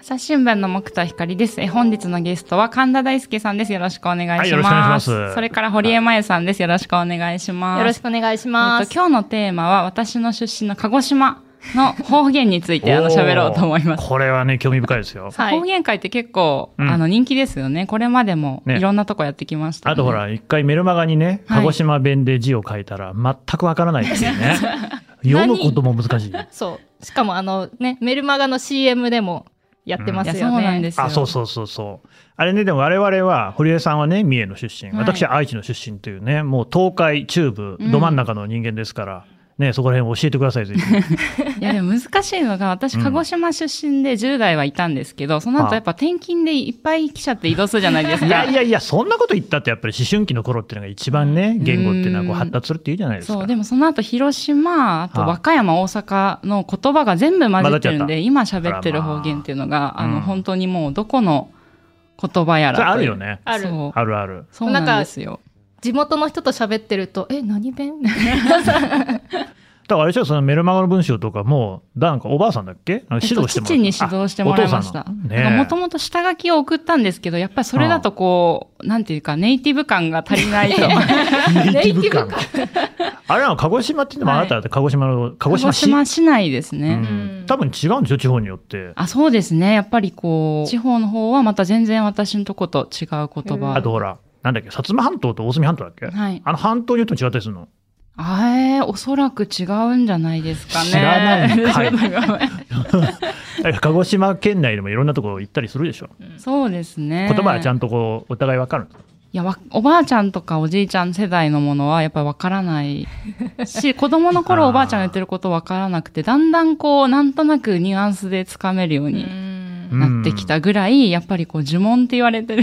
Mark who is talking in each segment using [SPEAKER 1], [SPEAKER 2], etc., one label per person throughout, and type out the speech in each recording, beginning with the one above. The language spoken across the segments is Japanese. [SPEAKER 1] 朝日新聞の木田光です。え本日のゲストは神田大輔さんです。よろしくお願いします。
[SPEAKER 2] はいよろしくお願いします
[SPEAKER 1] それから堀江真由さんです。よろしくお願いします。
[SPEAKER 3] よろしくお願いしま
[SPEAKER 1] えっ
[SPEAKER 3] す。
[SPEAKER 1] と今日のテーマは私の出身の鹿児島の方言についてあの喋ろうと思いま
[SPEAKER 2] おー
[SPEAKER 1] す。
[SPEAKER 2] これはね、興味深いですよ。
[SPEAKER 3] はい
[SPEAKER 1] 方言会って結構、
[SPEAKER 2] うん
[SPEAKER 1] あの人気ですよね。これまでも
[SPEAKER 2] ね
[SPEAKER 1] いろんなとこやってきました、ね
[SPEAKER 2] あとほら、一回メルマガにね、
[SPEAKER 1] はい
[SPEAKER 2] 鹿児島弁で字を書いたら全くわからないですよ ね。読むことも難しい。
[SPEAKER 3] そう。しかもあのね、メルマガの CM でもやってま
[SPEAKER 1] いや
[SPEAKER 3] す
[SPEAKER 1] そ
[SPEAKER 3] よ
[SPEAKER 1] う
[SPEAKER 3] ね。
[SPEAKER 1] なんですよ。
[SPEAKER 2] あ、そうそうそうそう。あれね、でも我々は、堀江さんはね、三重の出身、
[SPEAKER 1] はい
[SPEAKER 2] 私は愛知の出身というね、もう東海、中部、
[SPEAKER 1] うん
[SPEAKER 2] ど真ん中の人間ですから、ね、そこら辺教えてください、ぜひ。
[SPEAKER 1] いやでも難しいのが、私、
[SPEAKER 2] うん
[SPEAKER 1] 鹿児島出身で10代はいたんですけど、その
[SPEAKER 2] あ
[SPEAKER 1] 後やっぱ転勤でいっぱい来ちゃって移動するじゃないですか。
[SPEAKER 2] いやいやいや、そんなこと言ったって、やっぱり思春期の頃っていうのが一番ね、言語っていうのはこう
[SPEAKER 1] うん
[SPEAKER 2] 発達するっていうじゃないですか。
[SPEAKER 1] そう、でもその後広島、あと
[SPEAKER 2] あ
[SPEAKER 1] 和歌山、大阪の言葉が全部混じってるん
[SPEAKER 2] 混ざっちゃっ
[SPEAKER 1] で、
[SPEAKER 2] た
[SPEAKER 1] 今喋ってる方言っていうのが、あ
[SPEAKER 2] あらまあ
[SPEAKER 1] の、
[SPEAKER 2] うん
[SPEAKER 1] 本当にもうどこの言葉や
[SPEAKER 2] それ
[SPEAKER 1] ら
[SPEAKER 2] あ
[SPEAKER 1] と
[SPEAKER 2] る
[SPEAKER 1] いう。
[SPEAKER 2] よね。
[SPEAKER 3] ある。
[SPEAKER 1] そう
[SPEAKER 2] あるある。
[SPEAKER 1] そうなんですよ。
[SPEAKER 3] 地元の人と喋ってると、え、何弁
[SPEAKER 2] だからあれでしょそのメルマガの文章とかもう、なんかおばあさんだっけなんか指導してもらった
[SPEAKER 1] 父に指導してもらいました
[SPEAKER 2] あお父さん。の
[SPEAKER 1] も
[SPEAKER 2] ね
[SPEAKER 1] ともと下書きを送ったんですけど、やっぱりそれだとこう、なんていうか、ネイティブ感が足りない と。
[SPEAKER 2] えネイティブ
[SPEAKER 3] ネ イ
[SPEAKER 2] 感。あれなの、鹿児島って言ってもあなただって鹿児島の、鹿児島市。
[SPEAKER 1] 市内です
[SPEAKER 2] う
[SPEAKER 1] ね。
[SPEAKER 2] ん、多分違うんでしょ地方によって。
[SPEAKER 1] あそうですね。やっぱりこう、地方の方はまた全然私のとこと違う言
[SPEAKER 3] うん
[SPEAKER 1] 葉。
[SPEAKER 2] あとほら、なんだっけ、薩摩半島と大隅半島だっけ、
[SPEAKER 1] はい。
[SPEAKER 2] あの半島によっても違ったりするの。
[SPEAKER 1] あえーおそらく違うんじゃないですかね。
[SPEAKER 2] 知らないんか
[SPEAKER 1] ちょっと
[SPEAKER 2] い
[SPEAKER 1] ごめん
[SPEAKER 2] だから鹿児島県内でもいろんなところ行ったりするでしょ。
[SPEAKER 1] そうですね。
[SPEAKER 2] 言葉はちゃ
[SPEAKER 1] い
[SPEAKER 2] んとこう、お互いわかるんですか
[SPEAKER 1] やわおばあちゃんとかおじいちゃん世代のものはやっぱりわからないし、 子供の頃おばあちゃんが言ってることわからなくて、だんだんこう、なんとなくニュアンスでつかめるように
[SPEAKER 3] うん
[SPEAKER 1] なってきたぐらい、やっぱりこう、呪文って言われ てる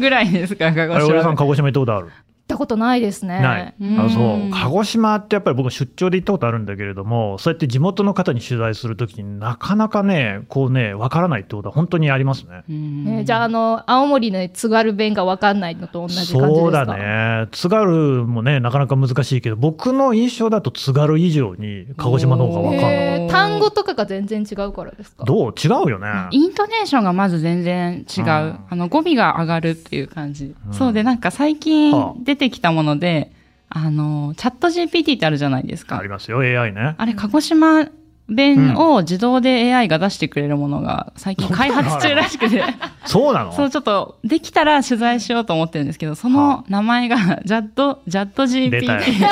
[SPEAKER 1] ぐらいですか、鹿
[SPEAKER 2] あれ、
[SPEAKER 1] 児
[SPEAKER 2] 俺さ
[SPEAKER 1] 島
[SPEAKER 2] ん、。鹿児島行ったことある
[SPEAKER 3] 行ったことないですね。
[SPEAKER 2] ない。
[SPEAKER 1] うん
[SPEAKER 2] あそう。鹿児島ってやっぱり僕出張で行ったことあるんだけれども、そうやって地元の方に取材するときになかなかね、こうね、わからないってことは本当にありますね。
[SPEAKER 1] うん
[SPEAKER 3] ねじゃあ、あの、青森の津軽弁がわかんないのと同じ感じですか
[SPEAKER 2] そうだ。ね。津軽もね、なかなか難しいけど、僕の印象だと津軽以上に鹿児島の方がわかんない。
[SPEAKER 3] へー単語とかが全然違うからですか
[SPEAKER 2] どう違うよね。
[SPEAKER 1] イントネーションがまず全然違う。
[SPEAKER 2] うん
[SPEAKER 1] あの、語尾が上がるっていう感じ。
[SPEAKER 2] うん
[SPEAKER 1] そうで、なんか最
[SPEAKER 2] はあ
[SPEAKER 1] 近出てきたもので、あの、チャット GPT ってあるじゃないです
[SPEAKER 2] あ
[SPEAKER 1] か
[SPEAKER 2] り。ますよ、AI ね。
[SPEAKER 1] あれ、鹿児島弁を自動で AI が出してくれるものが最近開発中らしくて、
[SPEAKER 2] そうなの
[SPEAKER 1] そう、ちょっと、できたら取材しようと思ってるんですけど、その名前が、ジャット、ジャット
[SPEAKER 2] 出た
[SPEAKER 1] GPT。
[SPEAKER 2] よ。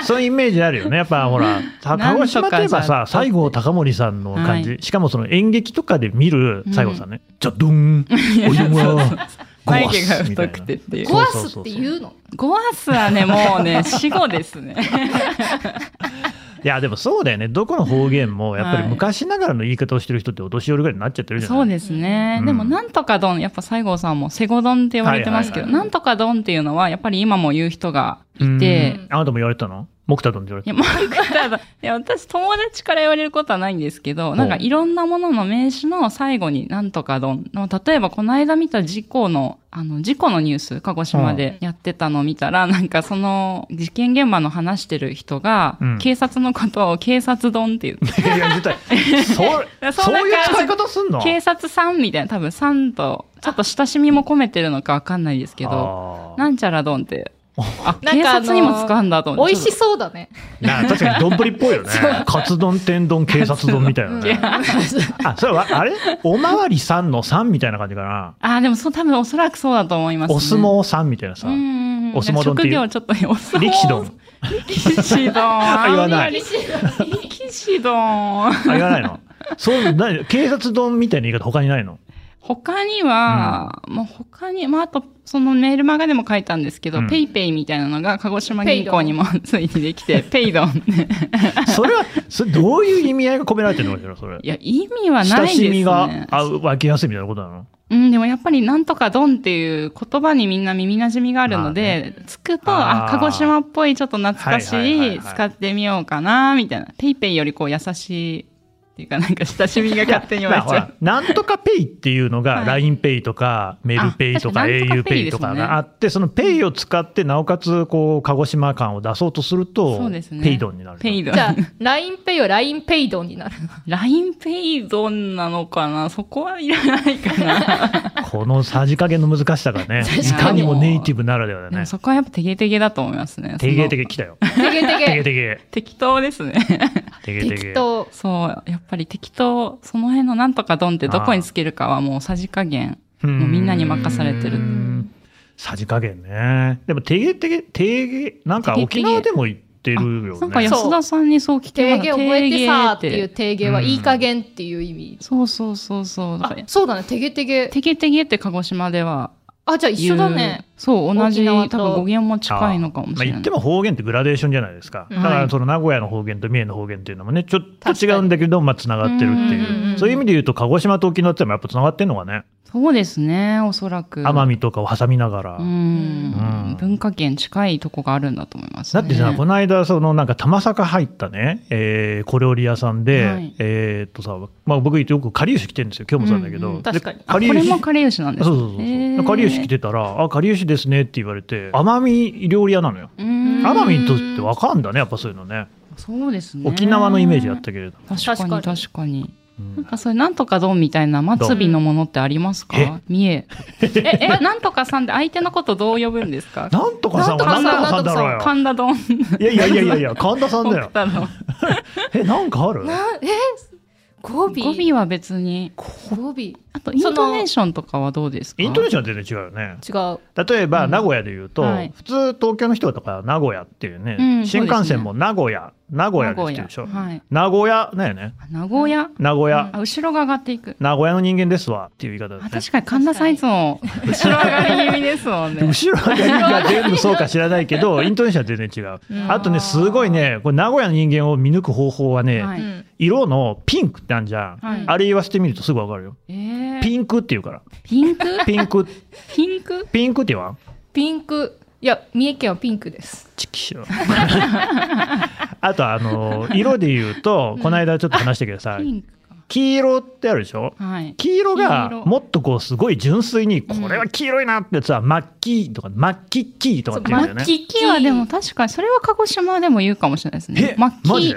[SPEAKER 2] そういうイメージあるよね。やっぱほら、た鹿児島といえば
[SPEAKER 1] な
[SPEAKER 2] さ
[SPEAKER 1] んとか、じゃ
[SPEAKER 2] 西郷隆盛さんの感じ、
[SPEAKER 1] は
[SPEAKER 2] しかもその演劇とかで見る西郷さんね、じゃどん、お湯は、ゴ
[SPEAKER 1] 眉
[SPEAKER 2] ワ
[SPEAKER 1] 毛が
[SPEAKER 2] スみた
[SPEAKER 1] 太
[SPEAKER 2] い
[SPEAKER 1] く
[SPEAKER 2] な
[SPEAKER 1] てっていう
[SPEAKER 2] そ。う
[SPEAKER 3] 壊
[SPEAKER 2] そう
[SPEAKER 3] す
[SPEAKER 2] そうそう
[SPEAKER 3] って言うの
[SPEAKER 1] ゴアスはね、もうね、死後ですね。
[SPEAKER 2] いや、でもそうだよね。どこの方言も、やっぱ
[SPEAKER 1] は
[SPEAKER 2] り
[SPEAKER 1] い
[SPEAKER 2] 昔ながらの言い方をしてる人ってお年寄りぐらいになっちゃってるじゃない
[SPEAKER 1] そうですね、
[SPEAKER 2] うん
[SPEAKER 1] でもなんとか丼やっぱ西郷さんもセゴ丼って言われてますけど、
[SPEAKER 2] はいはい
[SPEAKER 1] なんとか丼っていうのはやっぱり今も言う人がいて、
[SPEAKER 2] うんあなたも言われたのモクタドンって言われ
[SPEAKER 1] い
[SPEAKER 2] た
[SPEAKER 1] や、マンクタ 丼。いや、私友達から言われることはないんですけど、なんかいろんなものの名詞の最後になんとか丼の、例えばこの間見た事故の、あの、事故のニュース、鹿児島でやってたのを見たら、なんかその事件現場の話してる人が、
[SPEAKER 2] うん
[SPEAKER 1] 警察のことを警察丼って言って、
[SPEAKER 2] いや、絶 対。そう、
[SPEAKER 1] そん
[SPEAKER 2] そ
[SPEAKER 1] な
[SPEAKER 2] ういう
[SPEAKER 1] 感じ
[SPEAKER 2] 使い方すんの
[SPEAKER 1] 警察さんみたいな、多分さんと、ちょっと親しみも込めてるのかわかんないですけど、
[SPEAKER 2] あー
[SPEAKER 1] なんちゃら丼って。あ、
[SPEAKER 3] なん
[SPEAKER 1] 警
[SPEAKER 3] かあの
[SPEAKER 1] 察にも使うんだと思って。
[SPEAKER 3] 美味しそうだね。
[SPEAKER 2] な確かに丼っぽ いよね。カツ丼、天丼、警察丼みたいなね。あ、それは、あれおまわりさんのさんみたいな感じかな。
[SPEAKER 1] あー、でもそう、多分おそらくそうだと思います、ね。
[SPEAKER 2] お相撲さんみたいなさ
[SPEAKER 1] う。んうん。
[SPEAKER 2] お相撲丼って
[SPEAKER 1] 職
[SPEAKER 2] いう
[SPEAKER 1] 業ちょっとね、お相撲。
[SPEAKER 2] 力士丼。
[SPEAKER 1] 力士丼。
[SPEAKER 2] あ言わない
[SPEAKER 1] 力士丼。
[SPEAKER 2] あ、言わないのそう、な警察丼みたいな言い方他にないの
[SPEAKER 1] 他には、もう他に、まあ、あと、そのメールマガでも書いたんですけど、
[SPEAKER 2] うん
[SPEAKER 1] ペイペイみたいなのが鹿児島銀行にもついてできて、ペイ丼ね。
[SPEAKER 2] それは、それどういう意味合いが込められてるのかしら、それ。
[SPEAKER 1] いや、意味はない
[SPEAKER 2] 親
[SPEAKER 1] ですね。
[SPEAKER 2] しみがあ湧きやすいみたいなことなの
[SPEAKER 1] うん、でもやっぱりなんとかドンっていう言葉にみんな耳馴染みがあるので、つくと、あ
[SPEAKER 2] あー
[SPEAKER 1] 鹿児島っぽいちょっと懐かしい、
[SPEAKER 2] はいはいはいはい
[SPEAKER 1] 使ってみようかな、みたいな。ペイペイよりこう優しいっていうか、なんか親しみが勝手に湧
[SPEAKER 2] まあ
[SPEAKER 1] い
[SPEAKER 2] ほ
[SPEAKER 1] ちゃ
[SPEAKER 2] ら
[SPEAKER 1] う。
[SPEAKER 2] なんとかペイっていうのが
[SPEAKER 1] は
[SPEAKER 2] LINEPay とかメルペイとか
[SPEAKER 1] あ確かになんと
[SPEAKER 2] au
[SPEAKER 1] かペイ
[SPEAKER 2] ペイと
[SPEAKER 1] ですもん
[SPEAKER 2] か
[SPEAKER 1] ね
[SPEAKER 2] があって、そのペイを使って、なおかつこう鹿児島感を出そうとすると、
[SPEAKER 1] そうですね
[SPEAKER 2] ペイドンになる。
[SPEAKER 1] ペイドン
[SPEAKER 3] じ。ゃあ、LINEPay は LINEPay ドンに なる。
[SPEAKER 1] ラインペイドンなのかなそこはいらないかな。
[SPEAKER 2] このさじ加減の難しさがね、い
[SPEAKER 1] 確かに
[SPEAKER 2] かにもネイティブならではだ
[SPEAKER 1] で
[SPEAKER 2] ね
[SPEAKER 1] も。そこはやっぱテゲテゲだと思いますね。
[SPEAKER 2] てげ
[SPEAKER 1] その
[SPEAKER 2] てげ来たよ。
[SPEAKER 3] てげて
[SPEAKER 2] てげ
[SPEAKER 3] げ。
[SPEAKER 2] てげ。
[SPEAKER 1] 適当です ね。
[SPEAKER 2] てげてげ。
[SPEAKER 3] 適当。
[SPEAKER 1] そう、やっぱり適当、その辺のなんとかドンってどこにつけるかはもうさじ加減。う
[SPEAKER 2] も
[SPEAKER 1] みんなに任されてる。
[SPEAKER 2] さじ加減ね。でも、てげてげ、てげ、なんか
[SPEAKER 1] てげて
[SPEAKER 2] 沖
[SPEAKER 1] げ
[SPEAKER 2] 縄でも言ってるよ
[SPEAKER 1] なんか
[SPEAKER 2] ね。
[SPEAKER 1] 安田さんにそう聞き
[SPEAKER 3] 提
[SPEAKER 1] まし
[SPEAKER 3] 言
[SPEAKER 1] た。
[SPEAKER 3] 覚えてさーっていう
[SPEAKER 1] て。
[SPEAKER 3] 提言はいい加減っていう意味。
[SPEAKER 1] そうそうそうそう。だ
[SPEAKER 3] あ
[SPEAKER 1] から、
[SPEAKER 3] そうだね。てげてげ。
[SPEAKER 1] テゲテゲって鹿児島では
[SPEAKER 3] あ、じゃあ一緒だね。
[SPEAKER 1] 言う。そう、同
[SPEAKER 3] 沖
[SPEAKER 1] じ、多
[SPEAKER 3] 縄
[SPEAKER 1] 分
[SPEAKER 3] と
[SPEAKER 1] 語源も近いのかもし
[SPEAKER 2] まあ
[SPEAKER 1] れ
[SPEAKER 2] 言
[SPEAKER 1] な
[SPEAKER 2] っ
[SPEAKER 1] い
[SPEAKER 2] て。も方言ってグラデーションじゃないですか。
[SPEAKER 3] う
[SPEAKER 2] だ
[SPEAKER 3] ん
[SPEAKER 2] からその名古屋の方言と三重の方言っていうのもね、ちょっ
[SPEAKER 3] 確
[SPEAKER 2] と
[SPEAKER 3] か
[SPEAKER 2] 違う
[SPEAKER 3] に
[SPEAKER 2] んだけど、まあ繋がってるって
[SPEAKER 3] うんうんう
[SPEAKER 2] い
[SPEAKER 3] ん
[SPEAKER 2] うう。
[SPEAKER 3] ん
[SPEAKER 2] そういう意味で言うと、鹿児島と沖縄ってのもやっぱ繋がってんのがね、
[SPEAKER 1] そうですね、おそらく。
[SPEAKER 2] 奄美とかを挟みながら
[SPEAKER 1] う。
[SPEAKER 2] うん
[SPEAKER 1] ん。文化圏近いとこがあるんだと思います
[SPEAKER 2] だ
[SPEAKER 1] ね。
[SPEAKER 2] ってさ、この間、そのなんか、玉坂入ったね、えー小料理屋さんで、
[SPEAKER 1] はい
[SPEAKER 2] えーっとさ、まあ僕よくかりゆし来てるんですよ、今日もそうなんだけど。
[SPEAKER 1] うんうん
[SPEAKER 3] 確かに
[SPEAKER 2] で
[SPEAKER 1] あこ
[SPEAKER 2] かりゆ
[SPEAKER 1] れ
[SPEAKER 2] し
[SPEAKER 1] もかりゆしなんです
[SPEAKER 2] そ
[SPEAKER 1] か
[SPEAKER 2] うそうそうそ
[SPEAKER 1] へ
[SPEAKER 2] う。
[SPEAKER 1] ー
[SPEAKER 2] かりゆし来てたら、あ、かりゆしですねって言われて、奄美料理屋なのよ。
[SPEAKER 1] うーん
[SPEAKER 2] 奄美にとってわかんだね、やっぱそういうのね。
[SPEAKER 1] そうですね。
[SPEAKER 2] 沖縄のイメージだったけれど。
[SPEAKER 1] 確かに
[SPEAKER 3] 確かに
[SPEAKER 1] 確かに。
[SPEAKER 2] うん
[SPEAKER 1] なんかそういうなんとかどうみたいな末尾のものってありますか三 重。え、え、なんとかさんって相手のことどう呼ぶんですか
[SPEAKER 2] なんとかさんはなんとかさんだろうよ。
[SPEAKER 1] 神田丼。
[SPEAKER 2] いやいやいやいやいや、神田さん だよ
[SPEAKER 1] 奥。田丼。
[SPEAKER 2] え、なんかある
[SPEAKER 3] な、え語尾
[SPEAKER 1] 語尾は別に。
[SPEAKER 3] 語尾。違
[SPEAKER 1] あと、イントネーションとかはどうですか
[SPEAKER 2] イントネーションは全然違うよね。
[SPEAKER 3] う。
[SPEAKER 2] 例えば、
[SPEAKER 1] うん
[SPEAKER 2] 名古屋で言うと、
[SPEAKER 1] はい
[SPEAKER 2] 普通東京の人とか名古屋っていうね、
[SPEAKER 1] うん
[SPEAKER 2] 新幹線も
[SPEAKER 1] そ
[SPEAKER 2] 名古屋、名古屋ですって言うでしょ。
[SPEAKER 1] はい。
[SPEAKER 2] 名古屋だよね。
[SPEAKER 1] あ名古屋。
[SPEAKER 2] 名古屋、
[SPEAKER 1] あ、後ろが上がっていく。
[SPEAKER 2] 名古屋の人間ですわっていう言い方だ
[SPEAKER 1] あ
[SPEAKER 2] ね。
[SPEAKER 1] 確かに神田さんいつも後ろ上がり気味ですもんね。
[SPEAKER 2] 後ろが何が全部そうか知らない けど、イントネーションは全然違う。
[SPEAKER 3] うん
[SPEAKER 2] あとね、すごいね、これ名古屋の人間を見抜く方法はね、
[SPEAKER 1] は
[SPEAKER 3] う
[SPEAKER 1] い
[SPEAKER 3] ん。
[SPEAKER 2] 色のピンクってあるじゃん。
[SPEAKER 1] はい
[SPEAKER 2] あれ言わせてみるとすぐわかるよ。
[SPEAKER 1] えー
[SPEAKER 2] ピンクって言うから。
[SPEAKER 1] ピンク
[SPEAKER 2] ピンク、
[SPEAKER 1] ピンク
[SPEAKER 2] ピンクって言わん
[SPEAKER 3] ピンク。いや、三重県はピンクです。
[SPEAKER 2] チキショ あとあの色で言うとこの間ちょっと話したけどさ、
[SPEAKER 1] ピンクか。
[SPEAKER 2] 黄色ってあるでしょ
[SPEAKER 1] はい。
[SPEAKER 2] 黄色が
[SPEAKER 1] 黄色
[SPEAKER 2] もっとこうすごい純粋にこれは黄色いなってやつはマッキーとかマッキッキーとかって言うんだよね。
[SPEAKER 1] キキはでも確かに、それは鹿児島でも言うかもしれないですね
[SPEAKER 2] え。
[SPEAKER 1] マッキ
[SPEAKER 2] マジで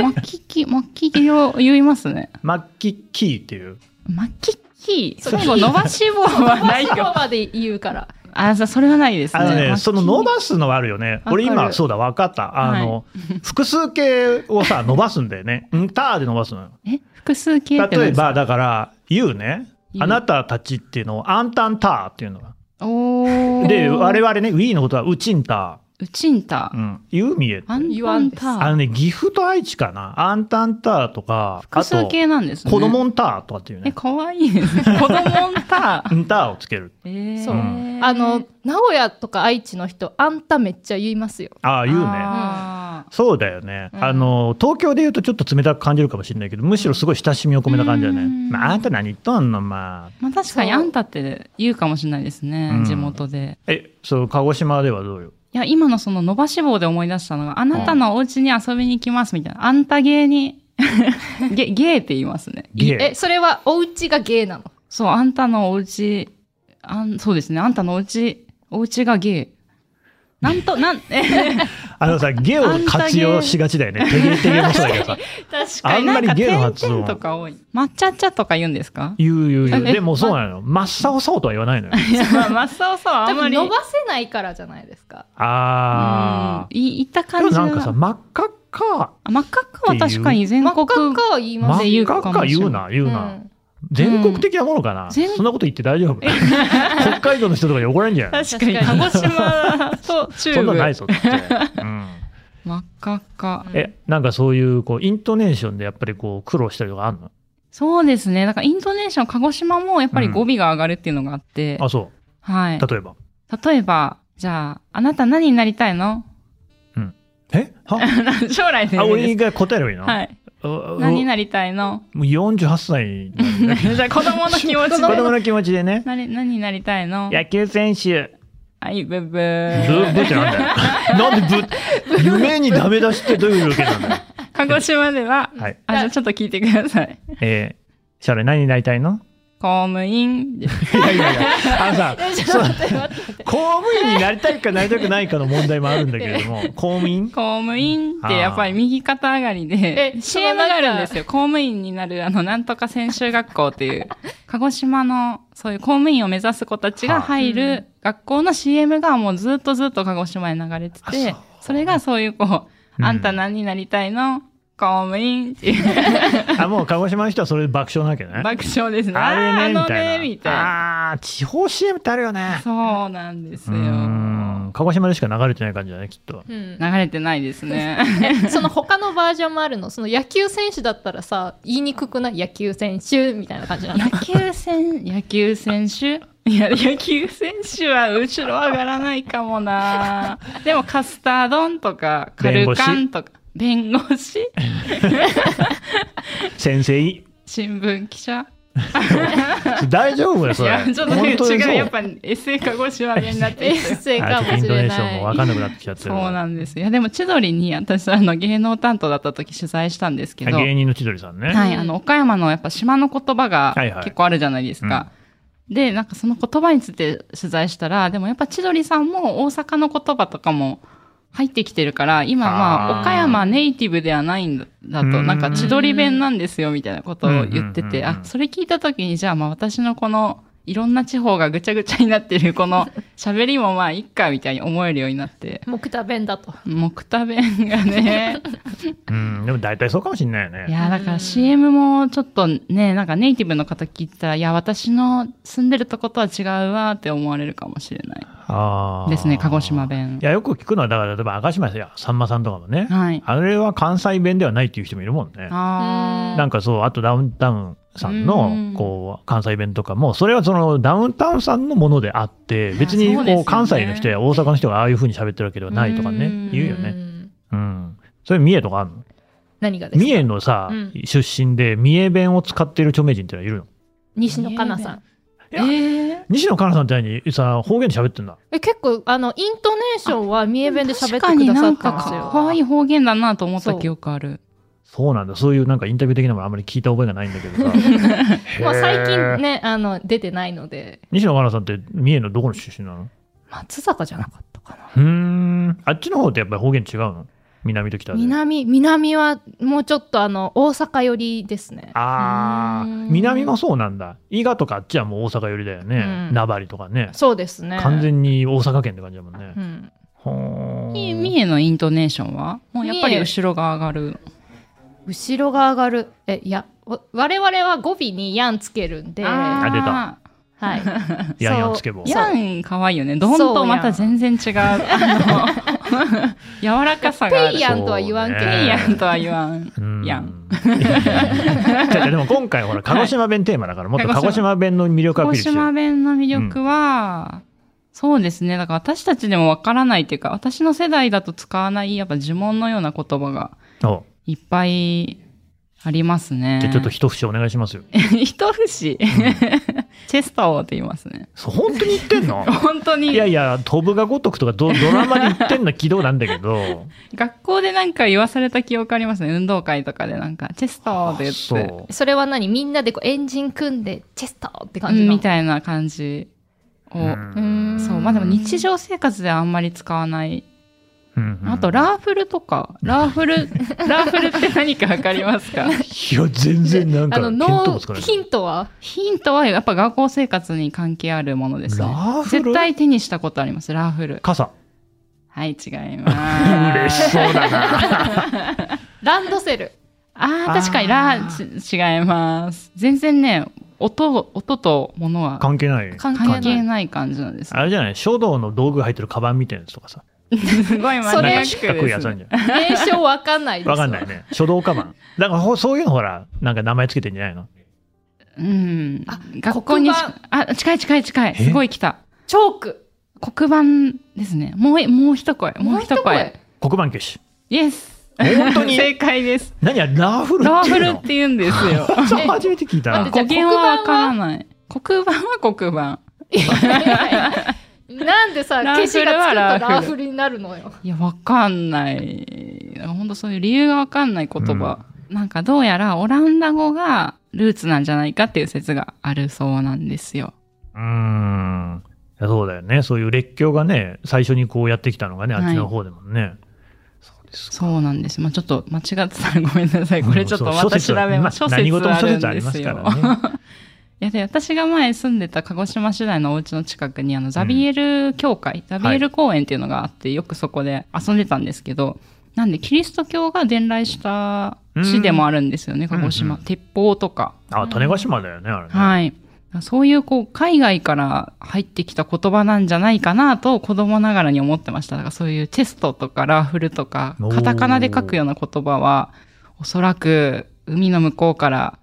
[SPEAKER 1] ー。マッキキ、マッキキを言いますね。
[SPEAKER 2] マッキッキーっていう。
[SPEAKER 1] マッキキ。
[SPEAKER 3] そう
[SPEAKER 1] 最後、伸ばし棒はない
[SPEAKER 3] 最後
[SPEAKER 1] よ。
[SPEAKER 3] まで言うから。
[SPEAKER 1] あ、そうそれはないです
[SPEAKER 2] あの
[SPEAKER 1] ね。
[SPEAKER 2] ね、
[SPEAKER 1] マッキ
[SPEAKER 2] その伸ばすのはあるよね。
[SPEAKER 3] かる
[SPEAKER 2] 俺今、そうだ、分かった。あの、複数形をさ、伸ばすんだよね。んたーで伸ばすのよ。
[SPEAKER 1] え、複数形って
[SPEAKER 2] 例
[SPEAKER 1] 何
[SPEAKER 2] え
[SPEAKER 1] ですか。
[SPEAKER 2] ば、だから、言うね。
[SPEAKER 1] 言う
[SPEAKER 2] あなたたちっていうのを、あんたんたーっていうのが。
[SPEAKER 1] おー。
[SPEAKER 2] で、我々ね、ウィーのことは、うちんた
[SPEAKER 1] うちんた
[SPEAKER 2] ー。う。ん。言うみえ。
[SPEAKER 1] アン
[SPEAKER 3] 言
[SPEAKER 1] パ
[SPEAKER 3] わん
[SPEAKER 1] ン
[SPEAKER 3] です
[SPEAKER 1] タ
[SPEAKER 2] あのね、岐阜と愛知かな。あんたんたーとか、あ
[SPEAKER 1] 複
[SPEAKER 2] と
[SPEAKER 1] 数、形なんですね。
[SPEAKER 2] 子供んたーとかっていう
[SPEAKER 1] え、
[SPEAKER 2] ね。
[SPEAKER 1] かわいいですね。子供んた。
[SPEAKER 2] んたーをつける。
[SPEAKER 1] えー
[SPEAKER 3] そうあの、、名古屋とか愛知の人、あんためっちゃ言いますよ。
[SPEAKER 2] ああ、言うね。
[SPEAKER 1] あー
[SPEAKER 2] そうだよね。
[SPEAKER 3] うん
[SPEAKER 2] あの、東京で言うとちょっと冷たく感じるかもしれないけど、むしろすごい親しみを込めた感じだね。
[SPEAKER 1] うん
[SPEAKER 2] まあ、あんた何言っとんのまあ。
[SPEAKER 1] まあ確かにあんたって言うかもしれないですね、
[SPEAKER 2] うん
[SPEAKER 1] 地元で。
[SPEAKER 2] え、そう、鹿児島ではどうよ。
[SPEAKER 1] いや、今のその伸ばし棒で思い出したのが、あなたのお家に遊びに来ますみたいな。あんた芸 に、ゲ、ゲーって言いますね。
[SPEAKER 2] ゲ
[SPEAKER 3] え、
[SPEAKER 2] ー。
[SPEAKER 3] それはお家がゲイなの。
[SPEAKER 1] そう、あんたのお家、あん、そうですね、あんたのお家、お家がゲー。なんと、なん、え、
[SPEAKER 2] あのさ、ゲーを活用しがちだよね。てげてげもそうだけどさ。
[SPEAKER 3] 確
[SPEAKER 2] あんまりゲーの
[SPEAKER 1] なんか
[SPEAKER 2] 発
[SPEAKER 1] 点
[SPEAKER 2] 音
[SPEAKER 1] 々。とか多い。抹茶茶とか言うんですか
[SPEAKER 2] 言う言う言う。
[SPEAKER 1] え
[SPEAKER 2] でも そうなの。真っ青そうとは言わないのよ。
[SPEAKER 1] いや、まあ、真っ青そう、あ
[SPEAKER 3] 多
[SPEAKER 1] んま
[SPEAKER 3] 分
[SPEAKER 1] り。
[SPEAKER 3] 伸ばせないからじゃないですか。
[SPEAKER 2] あ
[SPEAKER 1] うんい、いった
[SPEAKER 2] あ。で
[SPEAKER 1] 感
[SPEAKER 2] も
[SPEAKER 1] じ
[SPEAKER 2] な
[SPEAKER 1] が
[SPEAKER 2] んかさ、真っ赤っか。
[SPEAKER 1] あ真っ赤っかは確かに全
[SPEAKER 3] 真っ
[SPEAKER 1] 国、
[SPEAKER 3] 赤っかは言いま
[SPEAKER 1] ま
[SPEAKER 3] せ
[SPEAKER 1] ず
[SPEAKER 3] ん
[SPEAKER 2] 真
[SPEAKER 1] 言
[SPEAKER 2] っ
[SPEAKER 1] うか
[SPEAKER 2] 赤
[SPEAKER 1] もし
[SPEAKER 2] っ
[SPEAKER 1] れ
[SPEAKER 2] か
[SPEAKER 1] ない
[SPEAKER 2] 言うな、言うな。全国的なものかな。
[SPEAKER 1] 全
[SPEAKER 2] そんなこと言って大丈夫 北海道の人とかに怒られんじゃん。
[SPEAKER 1] 確かに、鹿児島と中部。
[SPEAKER 2] そんなのないぞって。うん
[SPEAKER 1] 真っ赤っか。
[SPEAKER 3] うん
[SPEAKER 2] え、なんかそういう、こう、イントネーションでやっぱりこう、苦労したりとかあるの
[SPEAKER 1] そうですね。だからイントネーション、鹿児島もやっぱり語尾が上がるっていうのがあって。
[SPEAKER 2] あ、そ。。
[SPEAKER 1] はいう
[SPEAKER 2] 例えば。
[SPEAKER 1] 例えば、じゃあ、あなた何になりたいの
[SPEAKER 2] えは
[SPEAKER 1] 将来で
[SPEAKER 2] あ、
[SPEAKER 1] いい
[SPEAKER 2] 俺
[SPEAKER 1] で
[SPEAKER 2] が答えればいいの
[SPEAKER 1] す。はい。
[SPEAKER 2] ああ
[SPEAKER 1] 何になりたいの
[SPEAKER 2] もう48歳なん で。
[SPEAKER 1] じゃあ子供の気持
[SPEAKER 2] 子
[SPEAKER 1] ち
[SPEAKER 2] 供
[SPEAKER 1] で。
[SPEAKER 2] の気持ちでね。
[SPEAKER 1] なれ何になりたいの
[SPEAKER 2] 野球選手。
[SPEAKER 1] はい、ブブ
[SPEAKER 2] ブ
[SPEAKER 1] ー。
[SPEAKER 2] ーブーってなんだよ。なんでブー夢にダメ出しってどういうわけなんだよ。
[SPEAKER 1] 鹿児島では、
[SPEAKER 2] はい。
[SPEAKER 1] あ、じゃあちょっと聞いてください。
[SPEAKER 2] えー、将来何になりたいの
[SPEAKER 1] 公務員です。
[SPEAKER 2] いやいやいや、あのさ、
[SPEAKER 3] えちょ
[SPEAKER 2] そ
[SPEAKER 3] っ
[SPEAKER 2] う
[SPEAKER 3] と待って待って待って。
[SPEAKER 2] 公務員になりたいかなりたくないかの問題もあるんだけれども、公務員
[SPEAKER 1] 公務員ってやっぱり右肩上がりで
[SPEAKER 3] え、
[SPEAKER 1] CM があるんですよ。公務員になる、あの、なんとか専修学校っていう、 鹿児島の、そういう公務員を目指す子たちが入
[SPEAKER 3] は
[SPEAKER 1] る学校の CM がもうずっとずっと鹿児島に流れて
[SPEAKER 2] あそう
[SPEAKER 1] て、それがそういうこ
[SPEAKER 2] う
[SPEAKER 1] う、
[SPEAKER 2] ん
[SPEAKER 1] あんた何になりたいの公務員っていう
[SPEAKER 2] あ、もう鹿児島の人はそれで爆笑なわけね。
[SPEAKER 1] 爆笑ですね。
[SPEAKER 2] あ
[SPEAKER 1] あ
[SPEAKER 2] れね、
[SPEAKER 1] の
[SPEAKER 2] みた
[SPEAKER 1] ね、
[SPEAKER 2] いな。
[SPEAKER 1] みたいな。
[SPEAKER 2] あー地方 CM ってあるよね。
[SPEAKER 1] そうなんですよ。
[SPEAKER 2] うーん鹿児島でしか流れてない感じだね、きっと。
[SPEAKER 3] うん
[SPEAKER 1] 流れてないです ね。
[SPEAKER 3] えその他のバージョンもあるのその野球選手だったらさ言いにくくない野球選手みたいな感じな の
[SPEAKER 1] 野球選、野球選手 いや、野球選手は後ろ上がらないかも なでもカスター丼とか、カルカンとか、弁護 士
[SPEAKER 2] 先生、
[SPEAKER 1] 新聞記者
[SPEAKER 2] 大丈夫だよ、
[SPEAKER 1] い
[SPEAKER 2] それ。
[SPEAKER 1] や、ちょっと
[SPEAKER 2] 本当にそ
[SPEAKER 1] 違う。
[SPEAKER 2] う
[SPEAKER 1] やっぱ SA 鹿児島弁になって
[SPEAKER 3] 衛
[SPEAKER 1] き た。
[SPEAKER 3] 生
[SPEAKER 2] あちょっ
[SPEAKER 3] か
[SPEAKER 2] とイ
[SPEAKER 3] も
[SPEAKER 2] ン
[SPEAKER 3] し
[SPEAKER 2] トネ
[SPEAKER 3] れ
[SPEAKER 2] ーションも
[SPEAKER 3] な
[SPEAKER 2] わ
[SPEAKER 3] い
[SPEAKER 2] かんなくなってきちゃって
[SPEAKER 1] そ
[SPEAKER 2] る。
[SPEAKER 1] うなんです。いや、でも千鳥に私、あの、芸能担当だった時取材したんですけど、
[SPEAKER 2] 芸人の千鳥さんね。
[SPEAKER 1] はい、あの、岡山のやっぱ島の言葉が
[SPEAKER 2] はいはい
[SPEAKER 1] 結構あるじゃないですか。で、なんかその言葉について取材したら、でもやっぱ千鳥さんも大阪の言葉とかも入ってきてるから、今
[SPEAKER 2] あ
[SPEAKER 1] まあ
[SPEAKER 2] ー
[SPEAKER 1] 岡山ネイティブではないんだと、
[SPEAKER 2] うん
[SPEAKER 1] なんか千鳥弁なんですよみたいなことを言って
[SPEAKER 2] うんうんうんうん
[SPEAKER 1] て、あ、それ聞いた時にじゃあまあ私のこのいろんな地方がぐちゃぐちゃになってるこの喋りもまあいっかみたいに思えるようになって、
[SPEAKER 3] 木田弁だと
[SPEAKER 1] 木田弁がね、
[SPEAKER 2] うん、でも大体そうかもしれないよね。
[SPEAKER 1] いやーだか
[SPEAKER 3] うん
[SPEAKER 1] ら CM もちょっとね、なんかネイティブの方聞いてたら、いや、私の住んでるとことは違うわーって思われるかもしれない
[SPEAKER 2] あー
[SPEAKER 1] ですね、鹿児島弁
[SPEAKER 2] い。や、よく聞くのは、だから、例えば、赤島やさんまさんとかもね、
[SPEAKER 1] はい。
[SPEAKER 2] あれは関西弁ではないっていう人もいるもんね。
[SPEAKER 1] あ
[SPEAKER 2] なんかそう、あとダウンタウンさ
[SPEAKER 1] う
[SPEAKER 2] ん
[SPEAKER 1] ん
[SPEAKER 2] の、こう、関西弁とかも、それはそのダウンタウンさんのものであって、別
[SPEAKER 1] い
[SPEAKER 2] に
[SPEAKER 1] やそうですよね
[SPEAKER 2] こう、関西の人や大阪の人がああいう風に喋ってるわけではないとか
[SPEAKER 1] う
[SPEAKER 2] ね
[SPEAKER 1] ん、
[SPEAKER 2] 言うよね。うん。それ三重とかあるの
[SPEAKER 3] 何がです
[SPEAKER 2] 三
[SPEAKER 3] か
[SPEAKER 2] 重のさ、
[SPEAKER 3] うん
[SPEAKER 2] 出身で三重弁を使ってる著名人ってのはいるの
[SPEAKER 3] 西野カナさん
[SPEAKER 1] ー。えー
[SPEAKER 2] 西野カナさんみたいにさ、方言で喋ってんだ。
[SPEAKER 3] え結構あのイントネーションは三重弁で喋っ
[SPEAKER 1] 確
[SPEAKER 3] てくだ
[SPEAKER 1] かに
[SPEAKER 3] さ
[SPEAKER 1] な
[SPEAKER 3] っ
[SPEAKER 1] ん
[SPEAKER 3] た
[SPEAKER 1] か
[SPEAKER 3] んですよ
[SPEAKER 1] 可愛い方言だなと思った
[SPEAKER 3] そう
[SPEAKER 1] 記憶ある。
[SPEAKER 2] そうなんだ。そういうなんかインタビュー的なものあんまり聞いた覚えがないんだけどさ。
[SPEAKER 3] まあ最
[SPEAKER 2] へー
[SPEAKER 3] 近。ねあの出てないので
[SPEAKER 2] 西野カナさんって三重のどこの出身なの
[SPEAKER 3] 松坂じゃなかったかな
[SPEAKER 2] うーん。あっちの方ってやっぱり方言違うの南と北で。
[SPEAKER 3] 南南はもうちょっとあの大阪寄りですね
[SPEAKER 2] ああ
[SPEAKER 1] うーん
[SPEAKER 2] 南もそうなんだ伊賀とかあっちはもう大阪寄りだよね、
[SPEAKER 3] うん
[SPEAKER 2] 名張とかね
[SPEAKER 3] そうですね
[SPEAKER 2] 完全に大阪県って感じだもんね、
[SPEAKER 3] うん
[SPEAKER 2] ほ
[SPEAKER 1] 三
[SPEAKER 2] ー
[SPEAKER 1] 重
[SPEAKER 2] ん
[SPEAKER 1] 三重のイントネーションはもうやっぱり
[SPEAKER 3] 三重
[SPEAKER 1] 後ろが上がる。
[SPEAKER 3] 後ろが上がるえいやわ我々は語尾に「やん」つけるんでは
[SPEAKER 2] あ出
[SPEAKER 1] た。
[SPEAKER 3] い
[SPEAKER 2] やんや
[SPEAKER 3] そ
[SPEAKER 2] ん
[SPEAKER 3] う
[SPEAKER 2] つけ棒
[SPEAKER 1] やん可愛いよね。どん
[SPEAKER 3] そうや
[SPEAKER 1] と
[SPEAKER 3] ん
[SPEAKER 1] また全然違う。あの 柔らかさがあ
[SPEAKER 3] ペ
[SPEAKER 1] る
[SPEAKER 3] イ。やんとは言わんけど
[SPEAKER 2] そうね
[SPEAKER 1] ペイやんとは言わん。
[SPEAKER 2] うん
[SPEAKER 1] や ん
[SPEAKER 2] じゃあでも今回ほら鹿児島弁テーマだからもっと
[SPEAKER 1] はい
[SPEAKER 2] 鹿児島弁の魅力
[SPEAKER 1] 鹿
[SPEAKER 2] ア
[SPEAKER 1] 児
[SPEAKER 2] ピールしよ
[SPEAKER 1] 島
[SPEAKER 2] う
[SPEAKER 1] 弁の魅力は、そうですね。だから私たちでもわからないっていうか、私の世代だと使わない、やっぱ呪文のような言葉が
[SPEAKER 2] お
[SPEAKER 1] いっぱいありますね。
[SPEAKER 2] じゃあちょっと一節お願いしますよ
[SPEAKER 1] 一節、チェスターって言いますね。
[SPEAKER 2] そう本当に言ってんの
[SPEAKER 1] 本当に
[SPEAKER 2] いやいや飛ぶがごとくとかドドラマに言ってんの軌道なんだけど
[SPEAKER 1] 学校でなんか言わされた記憶ありますね。運動会とかでなんか、チェスターって言っ
[SPEAKER 2] そ
[SPEAKER 1] て、
[SPEAKER 2] う
[SPEAKER 3] それは何みんなでこうエンジン組んでチェスターって
[SPEAKER 1] う
[SPEAKER 3] 感じ
[SPEAKER 1] ん
[SPEAKER 3] の
[SPEAKER 1] みたいな感じを。
[SPEAKER 2] うん
[SPEAKER 3] うん
[SPEAKER 1] そう。まあでも日常生活ではあんまり使わない
[SPEAKER 2] うんうん
[SPEAKER 1] あと、ラーフルとか、ラーフ ル、ラーフルって何かわかりますか
[SPEAKER 2] いや全然なんか
[SPEAKER 3] あの
[SPEAKER 2] 見当
[SPEAKER 3] ノ
[SPEAKER 2] もつか
[SPEAKER 3] ー
[SPEAKER 2] ない
[SPEAKER 3] ヒントは
[SPEAKER 1] ヒントはやっぱ学校生活に関係あるものですね。
[SPEAKER 2] ラーフル
[SPEAKER 1] 絶対手にしたことあります、ラーフル。
[SPEAKER 2] 傘
[SPEAKER 1] はい、違い
[SPEAKER 2] 嬉
[SPEAKER 1] ま
[SPEAKER 2] し
[SPEAKER 1] す。
[SPEAKER 2] そうだな。
[SPEAKER 3] ランドセル
[SPEAKER 1] あ
[SPEAKER 2] あ
[SPEAKER 1] あ、
[SPEAKER 2] ー
[SPEAKER 1] 確かに、ラー、ち違います。全然ね、音、音と物は
[SPEAKER 2] 関係ない。
[SPEAKER 3] 関係な
[SPEAKER 1] 関
[SPEAKER 3] い
[SPEAKER 1] 係ない感じなんです。
[SPEAKER 2] あれじゃない書道の道具が入ってるカバンみたいなやつとかさ。
[SPEAKER 1] すごい真
[SPEAKER 3] そ
[SPEAKER 1] 逆
[SPEAKER 2] な
[SPEAKER 3] れ
[SPEAKER 2] んか
[SPEAKER 1] です、
[SPEAKER 2] 四角いやつあるんじゃない
[SPEAKER 3] 名称わかんないです
[SPEAKER 2] わかんないね。書道カバン。だからほそういうのほら、なんか名前つけてんじゃないの
[SPEAKER 1] うん
[SPEAKER 3] あ。
[SPEAKER 1] 学校にし
[SPEAKER 3] 黒
[SPEAKER 1] あ、近い近い近い。
[SPEAKER 2] え
[SPEAKER 1] すごい来た。
[SPEAKER 3] チョーク
[SPEAKER 1] 黒板ですね。もう、もう一声。もう一声。
[SPEAKER 2] 黒板消し。
[SPEAKER 1] イエス。
[SPEAKER 2] 本当 に
[SPEAKER 1] 正解です。
[SPEAKER 2] 何や、ラーフル
[SPEAKER 1] ラー
[SPEAKER 2] って
[SPEAKER 1] フ
[SPEAKER 2] いう
[SPEAKER 1] ル
[SPEAKER 2] の
[SPEAKER 1] って言うんです よ。
[SPEAKER 2] ちょっと初めて聞いた
[SPEAKER 3] 待
[SPEAKER 2] な
[SPEAKER 3] っ。て
[SPEAKER 1] 語源はわからない。黒板は黒板。
[SPEAKER 3] なんでさ
[SPEAKER 1] ラン
[SPEAKER 3] 消
[SPEAKER 1] フ
[SPEAKER 3] し
[SPEAKER 1] ル
[SPEAKER 3] がつくと
[SPEAKER 1] はランフル
[SPEAKER 3] ラーフルになるのよ
[SPEAKER 1] いや、わかんない。なんか本当そういう理由がわかんない言葉、なんかどうやらオランダ語がルーツなんじゃないかっていう説があるそうなんですよ。
[SPEAKER 2] うーん。いやそうだよね。そういう列強がね、最初にこうやってきたのがね、あっちの方でもね。そうですか。
[SPEAKER 1] そうなんです。まあちょっと間違ってたらごめんなさい。これちょっと
[SPEAKER 2] うん
[SPEAKER 1] ま
[SPEAKER 2] そう
[SPEAKER 1] た
[SPEAKER 2] 諸
[SPEAKER 1] 調
[SPEAKER 2] 説
[SPEAKER 1] べます。
[SPEAKER 2] まあ
[SPEAKER 1] 諸
[SPEAKER 2] 何事
[SPEAKER 1] 説あ
[SPEAKER 2] も諸
[SPEAKER 1] るん
[SPEAKER 2] 説あ
[SPEAKER 1] で
[SPEAKER 2] りますす
[SPEAKER 1] よ。
[SPEAKER 2] からね。
[SPEAKER 1] いやで私が前住んでた鹿児島市内のお家の近くにあのザビエル教会、ザビエル公園っていうのがあってよくそこで遊んでたんですけど、なんでキリスト教が伝来した市でもあるんですよね、鹿児島。
[SPEAKER 2] うんうん
[SPEAKER 1] 鉄砲とか。
[SPEAKER 2] あ、種子島だよね、あれね。
[SPEAKER 1] はい。そういうこう海外から入ってきた言葉なんじゃないかなと子供ながらに思ってました。だからそういうチェストとかラーフルとか
[SPEAKER 2] おー
[SPEAKER 1] カタカナで書くような言葉はおそらく海の向こうから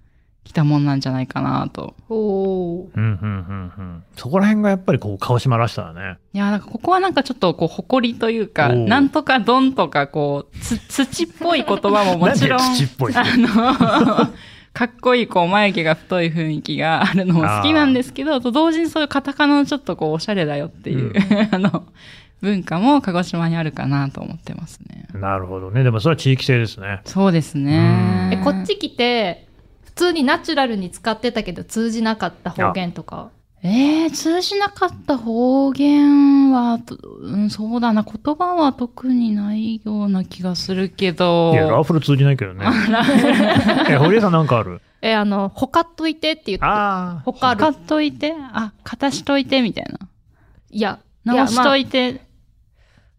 [SPEAKER 1] 来たもんなんじゃないかなと。
[SPEAKER 3] おー
[SPEAKER 2] うんうんうんうん。そこら辺がやっぱりこう、鹿児島らしさだね。
[SPEAKER 1] いや、なんかここはなんかちょっとこう誇りというか、
[SPEAKER 2] おー
[SPEAKER 1] なんとかどんとかこうつ土っぽい言葉ももち ろん。
[SPEAKER 2] なんで土っぽいって
[SPEAKER 1] あの、 かっこいい、こう、眉毛が太い雰囲気があるのも好きなんですけど、と同時にそういうカタカナのちょっとこう、おしゃれだよっていう、
[SPEAKER 2] う
[SPEAKER 1] あの、文化も鹿児島にあるかなと思ってますね。
[SPEAKER 2] なるほどね。でもそれは地域性ですね。
[SPEAKER 1] そうです
[SPEAKER 2] うん
[SPEAKER 1] ね。
[SPEAKER 3] えこっち来て普通にナチュラルに使ってたけど通じなかった方言とか
[SPEAKER 1] えー、通じなかった方言は、とうん、そうだな、言葉は特にないような気がするけど。
[SPEAKER 2] いや、ラーフル通じないけどね。え、堀江さんなんかある
[SPEAKER 3] えあの「ほかっといて」って言って
[SPEAKER 2] あ
[SPEAKER 3] 「ほかる
[SPEAKER 1] かっといて、あ、かたしといて、みたいな。」
[SPEAKER 3] いや
[SPEAKER 1] 直しといて、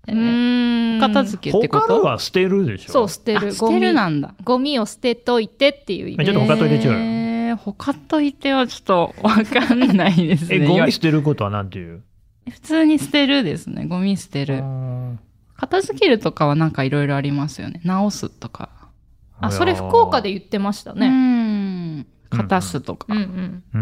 [SPEAKER 3] うーん
[SPEAKER 1] 片付け
[SPEAKER 2] あ。
[SPEAKER 1] っ
[SPEAKER 2] ほ
[SPEAKER 1] てこ
[SPEAKER 2] か
[SPEAKER 1] と
[SPEAKER 2] るは捨てるでしょ。
[SPEAKER 3] そう捨て
[SPEAKER 1] あ
[SPEAKER 3] る
[SPEAKER 1] 捨てる
[SPEAKER 3] ゴミ
[SPEAKER 1] なんだ。
[SPEAKER 3] ゴミを捨てといてっていう意
[SPEAKER 2] え
[SPEAKER 3] 味
[SPEAKER 2] ちょっと他といて違うよ
[SPEAKER 1] えー他といてはちょっとわかんないですね。
[SPEAKER 2] え、ゴ
[SPEAKER 1] よ
[SPEAKER 2] ミ捨てることはなんていう
[SPEAKER 1] 普通に捨てるですね。ゴミ捨てる。片付けるとかはなんかいろいろありますよね。直すとか。
[SPEAKER 3] あそれ福岡で言ってました
[SPEAKER 1] ね。う
[SPEAKER 3] ね
[SPEAKER 1] ん。片すとか。
[SPEAKER 3] うんうん
[SPEAKER 2] う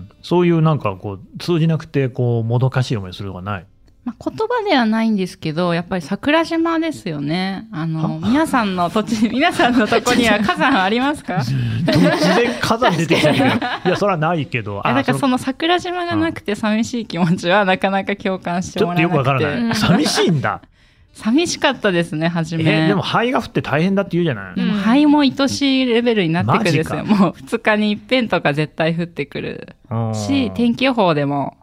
[SPEAKER 2] ん。そういうなんかこう、通じなくて、こう、もどかしい思いするとかない。
[SPEAKER 1] まあ、言葉ではないんですけど、やっぱり桜島ですよね。あの、皆さんの土地、皆さんのとこには火山ありますか
[SPEAKER 2] 突然火山出てきたけど。いや、それはないけど。
[SPEAKER 1] あなんか
[SPEAKER 2] の
[SPEAKER 1] その桜島がなくて寂しい気持ちはなかなか共感して
[SPEAKER 2] ち
[SPEAKER 1] も
[SPEAKER 2] ょ
[SPEAKER 1] ら
[SPEAKER 2] っと
[SPEAKER 1] え
[SPEAKER 2] よくわ
[SPEAKER 1] な
[SPEAKER 2] か
[SPEAKER 1] く
[SPEAKER 2] ら
[SPEAKER 1] て。
[SPEAKER 2] ない。寂しいんだ。
[SPEAKER 1] 寂しかったです ね、初
[SPEAKER 2] え
[SPEAKER 1] め。
[SPEAKER 2] でも灰が降って大変だって言うじゃない。
[SPEAKER 1] でも
[SPEAKER 3] うん
[SPEAKER 1] 肺も愛しいレベルになってくるんですよ。
[SPEAKER 2] マ
[SPEAKER 1] もう2日に一遍とか絶対降ってくる
[SPEAKER 2] うん
[SPEAKER 1] し、天気予報でも、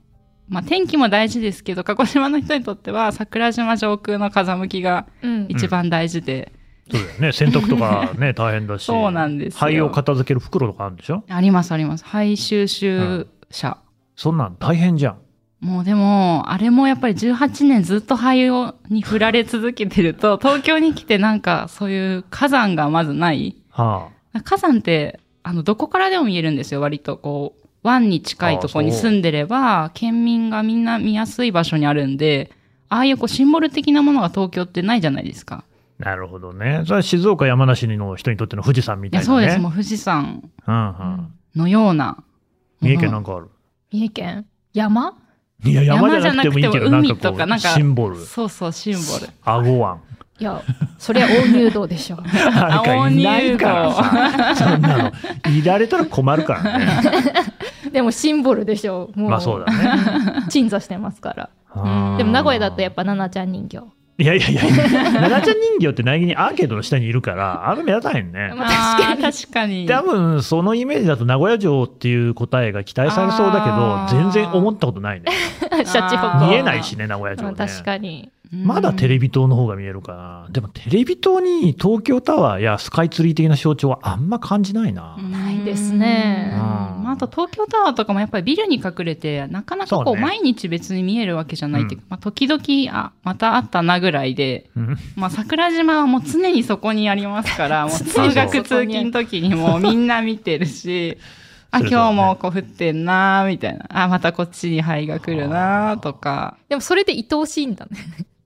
[SPEAKER 1] まあ天気も大事ですけど、鹿児島の人にとっては桜島上空の風向きが
[SPEAKER 3] うん
[SPEAKER 1] 一番大事で、
[SPEAKER 2] そうだよね。洗濯とかね、大変だし。
[SPEAKER 1] そうなんですよ
[SPEAKER 2] 灰を片付ける袋とかあるんでしょ
[SPEAKER 1] ありますあります。肺収集者。
[SPEAKER 2] そんなん大変じゃん。
[SPEAKER 1] もうでも、あれもやっぱり18年ずっと灰をに振られ続けてる と、東京に来てなんかそういう火山がまずない
[SPEAKER 2] は
[SPEAKER 1] 火山ってあのどこからでも見えるんですよ割とこう湾に近いところに
[SPEAKER 2] あそう
[SPEAKER 1] 住んでれば県民がみんな見やすい場所にあるんでああいうこうシンボル的なものが東京ってないじゃないですか。
[SPEAKER 2] あ。なるほどね。それは静岡、山梨の人にとっての富士山み
[SPEAKER 1] い
[SPEAKER 2] たい
[SPEAKER 1] や
[SPEAKER 2] なね。
[SPEAKER 1] そうです、もう富士山
[SPEAKER 2] うんうん。
[SPEAKER 1] のようなも
[SPEAKER 2] 三
[SPEAKER 1] の。
[SPEAKER 2] 重県なんかある。
[SPEAKER 3] 三重県山
[SPEAKER 2] いや、山じゃなくてもいいけど、なん
[SPEAKER 1] 山じゃ
[SPEAKER 2] か
[SPEAKER 1] なくても海と
[SPEAKER 2] こ
[SPEAKER 1] かなん
[SPEAKER 2] う、
[SPEAKER 1] か
[SPEAKER 2] シンボル、
[SPEAKER 1] そうそうシンボル。
[SPEAKER 2] アゴワン。
[SPEAKER 3] いやそりゃ大入道で しょ
[SPEAKER 2] なんかいないからさ、そんなの、いられたら困るから ね。
[SPEAKER 3] でもシンボルでしょもう,、
[SPEAKER 2] まあそうだね。
[SPEAKER 3] 鎮座してますから
[SPEAKER 2] うん
[SPEAKER 3] でも名古屋だとやっぱ奈々ちゃん人形
[SPEAKER 2] いやいやいや、奈々ちゃん人形って苗木にアーケードの下にいるから、あれ目立たへんね。
[SPEAKER 3] まあ確かに
[SPEAKER 1] あー確かに。
[SPEAKER 2] 多分そのイメージだと名古屋城っていう答えが期待されそうだ
[SPEAKER 1] あ
[SPEAKER 2] け
[SPEAKER 1] ー
[SPEAKER 2] ど、全然思ったことないね。
[SPEAKER 3] シャチホ
[SPEAKER 1] あー
[SPEAKER 3] コ
[SPEAKER 2] 見えないしね、名古屋城
[SPEAKER 3] まあ
[SPEAKER 2] ね。
[SPEAKER 3] 確かに
[SPEAKER 1] うん
[SPEAKER 2] まだテレビ塔の方が見えるかな。でもテレビ塔に東京タワーやスカイツリー的な象徴はあんま感じないな。
[SPEAKER 3] ないですね
[SPEAKER 1] うん
[SPEAKER 2] うん
[SPEAKER 1] まあ、あと東京タワーとかもやっぱりビルに隠れて、なかなかこ
[SPEAKER 2] そううね
[SPEAKER 1] 毎日別に見えるわけじゃないっていうか、まあ時々、あ、またあったなぐらいで、
[SPEAKER 2] うん
[SPEAKER 1] まあ桜島はもう常にそこにありますから、もう
[SPEAKER 3] 常
[SPEAKER 2] に
[SPEAKER 1] 通学通勤時にもうみんな見てるし、あ、
[SPEAKER 2] そうそう
[SPEAKER 1] 今日もこう降ってんなーみたいな。あ、またこっちに灰が来るなーとか。
[SPEAKER 3] でもそれで愛おしいんだね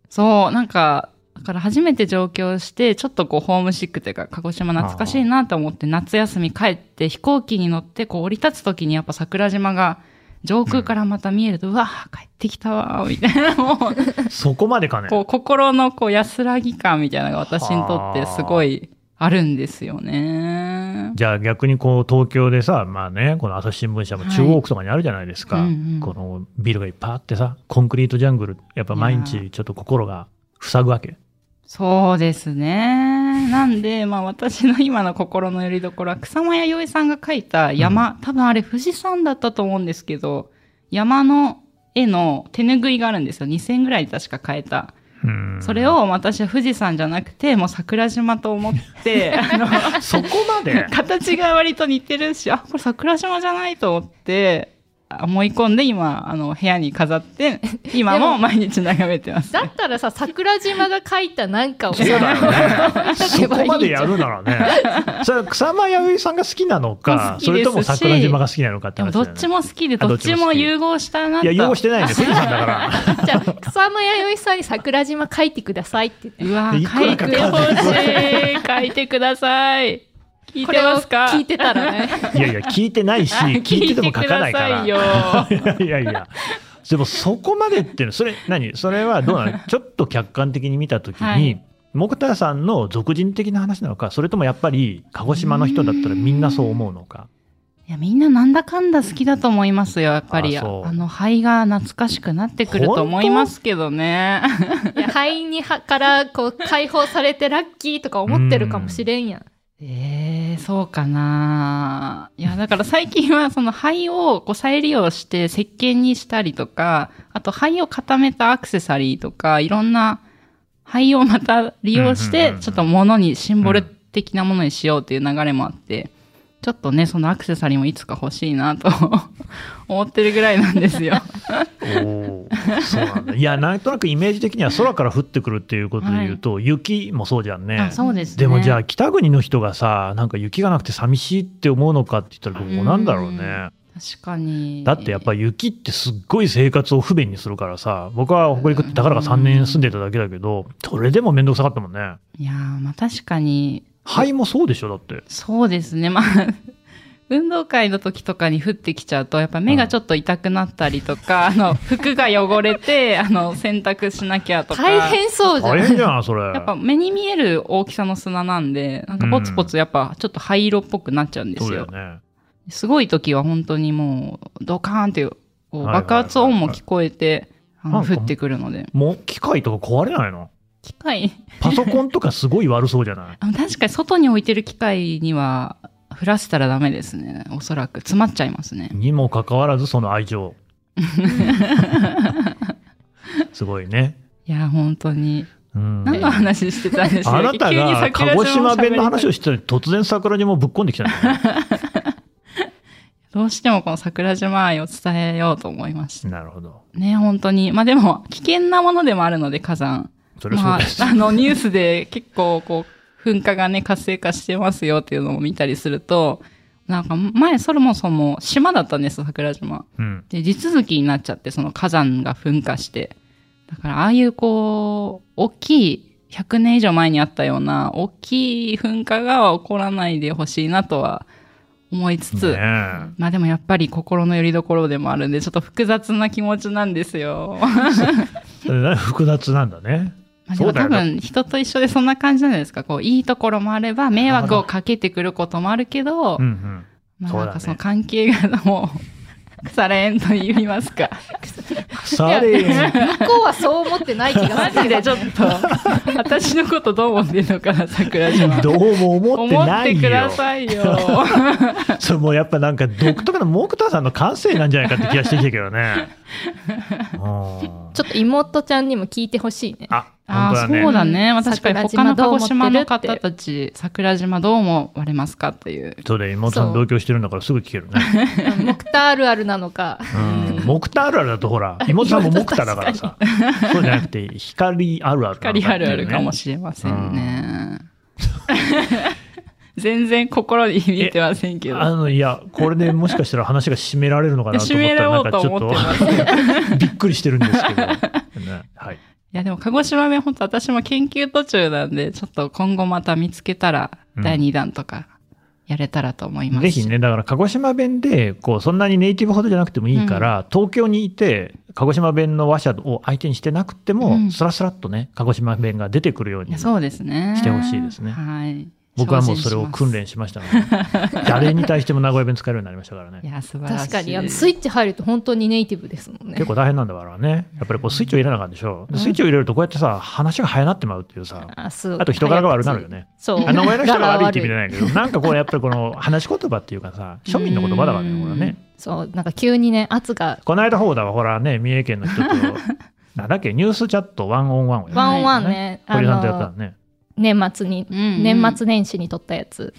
[SPEAKER 1] そう、なんか、だから初めて上京して、ちょっとこうホームシックというか、鹿児島懐かしいなと思って、夏休み帰って飛行機に乗って、こう降り立つ時にやっぱ桜島が上空からまた見えると、うわー帰ってきたわーみたいな、もう、
[SPEAKER 2] そこまでかね。
[SPEAKER 1] こう心のこう安らぎ感みたいなのが私にとってすごいあるんですよね。
[SPEAKER 2] じゃあ逆にこう東京でさ、まあね、この朝日新聞社も中央区とかにあるじゃないですか。
[SPEAKER 1] はいうんうん
[SPEAKER 2] このビルがいっぱいあってさ、コンクリートジャングル、やっぱ毎
[SPEAKER 1] いや
[SPEAKER 2] 日ちょっと心が塞ぐわけ。
[SPEAKER 1] そうですね。ね、なんで、まあ私の今の心の拠り所は、草間彌生さんが描いた山、多分あれ富士山だったと思うんですけど、山の絵の手拭いがあるんですよ。2000ぐらいで確か変えた。
[SPEAKER 2] うん
[SPEAKER 1] それを私は富士山じゃなくて、もう桜島と思って、 あの、
[SPEAKER 2] そこま で
[SPEAKER 1] 形が割と似てるし、あ、これ桜島じゃないと思って、あ思い込んで今、あの、部屋に飾 って、今も毎日眺めてます。
[SPEAKER 3] だったらさ桜島が書いたなんかを
[SPEAKER 2] そうだよね。そこまでやるならね。 それは草間彌生さんが好きなの
[SPEAKER 1] も
[SPEAKER 2] か
[SPEAKER 1] う好、き
[SPEAKER 2] そ
[SPEAKER 1] ですし
[SPEAKER 2] れとも桜島が好きなのかって
[SPEAKER 1] でも
[SPEAKER 2] 話
[SPEAKER 1] ど
[SPEAKER 2] だよね。
[SPEAKER 1] っちも好きで、
[SPEAKER 2] あ
[SPEAKER 1] どっちも
[SPEAKER 2] どっちも好き
[SPEAKER 1] 融合したなと。
[SPEAKER 2] いや、用意してないんですよ、富士山だから。
[SPEAKER 3] じゃあ草間彌生さんに桜島書いてくださいって言って
[SPEAKER 1] うわ
[SPEAKER 2] い
[SPEAKER 1] ー、
[SPEAKER 2] く
[SPEAKER 1] 書
[SPEAKER 2] ら
[SPEAKER 1] い
[SPEAKER 2] か
[SPEAKER 1] てほしい。書いてください。聞い
[SPEAKER 3] こ
[SPEAKER 1] て
[SPEAKER 3] れを
[SPEAKER 1] ますか
[SPEAKER 3] 聞いてたらね
[SPEAKER 2] いやいや、聞いてないし、聞いてても書かないから。
[SPEAKER 1] 聞いてくだ
[SPEAKER 2] いやい やいや。でもそこまでっていうの、それ、何それはどうなのちょっと客観的に見たときに、
[SPEAKER 1] はい
[SPEAKER 2] 木田さんの俗人的な話なのか、それともやっぱり、鹿児島の人だったらみんなそう思うのか。
[SPEAKER 1] いや、みんななんだかんだ好きだと思いますよ、やっぱり。
[SPEAKER 2] あ
[SPEAKER 1] あ
[SPEAKER 2] そう
[SPEAKER 1] の、灰が懐かしくなってくると思いますけどね。
[SPEAKER 3] いや肺にはからこう解放されてラッキーとか思ってるかもしれんやん
[SPEAKER 1] えー、そうかないや、だから最近はその灰をこう再利用して石鹸にしたりとか、あと灰を固めたアクセサリーとか、いろんな灰をまた利用し
[SPEAKER 2] うんうんう
[SPEAKER 1] て
[SPEAKER 2] んうん、
[SPEAKER 1] ちょっと物に、シンボル的なものにしようという流れもあって、ちょっとね、そのアクセサリーもいつか欲しいなと 思ってるぐらいなんですよ。
[SPEAKER 2] おーそうなんだ。いや、なんとなくイメージ的には空から降ってくるっていうことで言うと、雪もそうじゃんね。
[SPEAKER 1] うです
[SPEAKER 2] でもじゃあ北国の人がさなんか雪がなくて寂しいって思うのかって言ったらどうなんだろうね。
[SPEAKER 1] うん確かに。
[SPEAKER 2] だってやっぱ雪ってすっごい生活を不便にするからさ僕は北陸って宝が3年住んでただけだけどそれでも面倒くさかったもんね
[SPEAKER 1] いやーまあ確かに、
[SPEAKER 2] 灰もそうでしょだって
[SPEAKER 1] そうですね。まあ、 運動会の時とかに降ってきちゃうと、やっぱ目がちょっと痛くなったりとか、あの、服が汚れ て、あの、洗濯しなきゃとか。
[SPEAKER 3] 大変そうじゃん
[SPEAKER 2] 大変じゃんそれ
[SPEAKER 1] やっぱ目に見える大きさの砂なんで、なんかポツポツやっぱちょっと灰色っぽくなっちゃうんで
[SPEAKER 2] そう
[SPEAKER 1] す
[SPEAKER 2] だよ
[SPEAKER 1] よ。
[SPEAKER 2] ね
[SPEAKER 1] すごい時は本当にもう、ドカーンっていう、こう
[SPEAKER 2] はいはいはいはい
[SPEAKER 1] 爆発音も聞こえて、あの
[SPEAKER 2] なんか
[SPEAKER 1] 降ってくるので。
[SPEAKER 2] もう機械とか壊れないの
[SPEAKER 1] 機械、
[SPEAKER 2] パソコンとかすごい悪そうじゃない
[SPEAKER 1] あの確かに外に置いてる機械には、降らせたらダメですね。おそらく。詰まっちゃいます ね。
[SPEAKER 2] にもかかわらずその 愛情すごいね
[SPEAKER 1] いや、本当に。
[SPEAKER 2] うん
[SPEAKER 1] 何の話してたんですか
[SPEAKER 2] あなた
[SPEAKER 1] 急に
[SPEAKER 2] が鹿
[SPEAKER 1] 桜
[SPEAKER 2] 児
[SPEAKER 1] 島
[SPEAKER 2] 島
[SPEAKER 1] を喋り
[SPEAKER 2] 弁の話をしてたのに突然桜島をぶっ込んできたんだ よね
[SPEAKER 1] どうしてもこの桜島愛を伝えようと思いました。
[SPEAKER 2] なるほど。
[SPEAKER 1] ね、本当に。まあでも、危険なものでもあるので、火山。
[SPEAKER 2] それはそ
[SPEAKER 1] ま
[SPEAKER 2] う
[SPEAKER 1] あ
[SPEAKER 2] です。、
[SPEAKER 1] あの、ニュースで結構、こう、噴火がね、活性化してますよっていうのを見たりすると、なんか、前、そもそも島だったんです、桜島。
[SPEAKER 2] うん。
[SPEAKER 1] で、地続きになっちゃって、その火山が噴火して。だから、ああいうこう、大きい、100年以上前にあったような、大きい噴火が起こらないでほしいなとは思いつつ、
[SPEAKER 2] ねえ
[SPEAKER 1] まあでもやっぱり心の拠り所でもあるんで、ちょっと複雑な気持ちなんです よ。
[SPEAKER 2] それな複雑なんだね。
[SPEAKER 1] まあで
[SPEAKER 2] そう
[SPEAKER 1] も
[SPEAKER 2] だ
[SPEAKER 1] 多
[SPEAKER 2] よ
[SPEAKER 1] 分、人と一緒でそんな感じじゃないですか。こう、いいところもあれば、迷惑をかけてくることもあるけど、
[SPEAKER 2] うん うん。
[SPEAKER 1] まあ
[SPEAKER 2] そうだ
[SPEAKER 1] な
[SPEAKER 2] ね
[SPEAKER 1] んかその関係がもう、 腐れんと言いますか。
[SPEAKER 2] 腐れ縁
[SPEAKER 3] 向こうはそう思ってない気 が
[SPEAKER 1] マ
[SPEAKER 3] す
[SPEAKER 1] ジ
[SPEAKER 3] る
[SPEAKER 1] でちょっと、私のことどう思ってんのかな、桜島。
[SPEAKER 2] どうも思って
[SPEAKER 1] 思
[SPEAKER 2] な
[SPEAKER 1] って
[SPEAKER 2] いよ。
[SPEAKER 1] く ださいよ。
[SPEAKER 2] それもうやっぱなんか独特なモクターさんの感性なんじゃないかって気がしてきたけどね。 うん
[SPEAKER 3] ちょっと妹ちゃんにも聞いてほしい ね
[SPEAKER 2] あ、
[SPEAKER 1] ああ、
[SPEAKER 2] 本当
[SPEAKER 1] そう
[SPEAKER 2] だね。
[SPEAKER 1] だね。まあ確かに他の
[SPEAKER 3] 桜島ど
[SPEAKER 1] 鹿
[SPEAKER 3] う思
[SPEAKER 1] 児
[SPEAKER 3] ってる
[SPEAKER 1] 島の方たち、桜島どう思われますかっていう。
[SPEAKER 2] そうだよ、妹さん同居してるんだからすぐ聞けるね。
[SPEAKER 3] モクタールあるなのか
[SPEAKER 2] うんモクタあるあるだとほ ら、妹さんもモクタだからさ。そうじゃなくて、光あるあるなのかっていうね。
[SPEAKER 1] 光あるあるかもしれませんね。 全然心に響いてませんけど。
[SPEAKER 2] あの、いや、これでもしかしたら話が締められるのかなと思ったら、なんか ちょっ
[SPEAKER 1] いや
[SPEAKER 2] と、 びっくりしてるんですけど。ねは い。
[SPEAKER 1] いやでも鹿児島弁本当私も研究途中なんで、ちょっと今後また見つけたら
[SPEAKER 2] うん
[SPEAKER 1] 第2弾とかやれたらと思います。
[SPEAKER 2] ぜひ。ね、だから鹿児島弁で、こう、そんなにネイティブほどじゃなくてもいいから、東京にいて、鹿児島弁の話者を相手にしてなくて
[SPEAKER 1] う
[SPEAKER 2] も、
[SPEAKER 1] ん
[SPEAKER 2] スラスラっとね、鹿児島弁が出てくるよう
[SPEAKER 1] い
[SPEAKER 2] に
[SPEAKER 1] や
[SPEAKER 2] して
[SPEAKER 1] そうですね。
[SPEAKER 2] ほしいですね。
[SPEAKER 1] はい。
[SPEAKER 2] 僕はもうそれを訓練しましたので、誰に対しても名古屋弁使えるようになりましたから
[SPEAKER 1] い
[SPEAKER 2] ね。
[SPEAKER 1] や、素晴らしい。
[SPEAKER 3] 確かにあのスイッチ入ると本当にネイティブですもんね
[SPEAKER 2] 結構大変なんだからね。やっぱりこうスイッチを入れなあかんでしょ。でスイッチを入れるとこうやってさ、話が早なってまうっていうさ、
[SPEAKER 3] あすごい
[SPEAKER 2] あと人柄が悪くなるよね。
[SPEAKER 3] そう
[SPEAKER 2] あ名古屋の人が悪いって意味じゃ
[SPEAKER 3] 柄
[SPEAKER 2] ないけど、なんかこうやっぱりこの話し言葉っていうかさ、庶民の言葉だからね、これはね。
[SPEAKER 3] そうなんか急にね圧が
[SPEAKER 2] この間ほうだわ、ほらね、三重県の人と、なんだっけ、ニュースチャットワンオンワンをやった
[SPEAKER 3] ワンオンワンね、
[SPEAKER 2] 堀さんとやった
[SPEAKER 3] あ
[SPEAKER 2] の
[SPEAKER 3] の
[SPEAKER 2] ね。
[SPEAKER 3] 年末に、
[SPEAKER 1] うんうん
[SPEAKER 3] 年末年始に撮ったやつ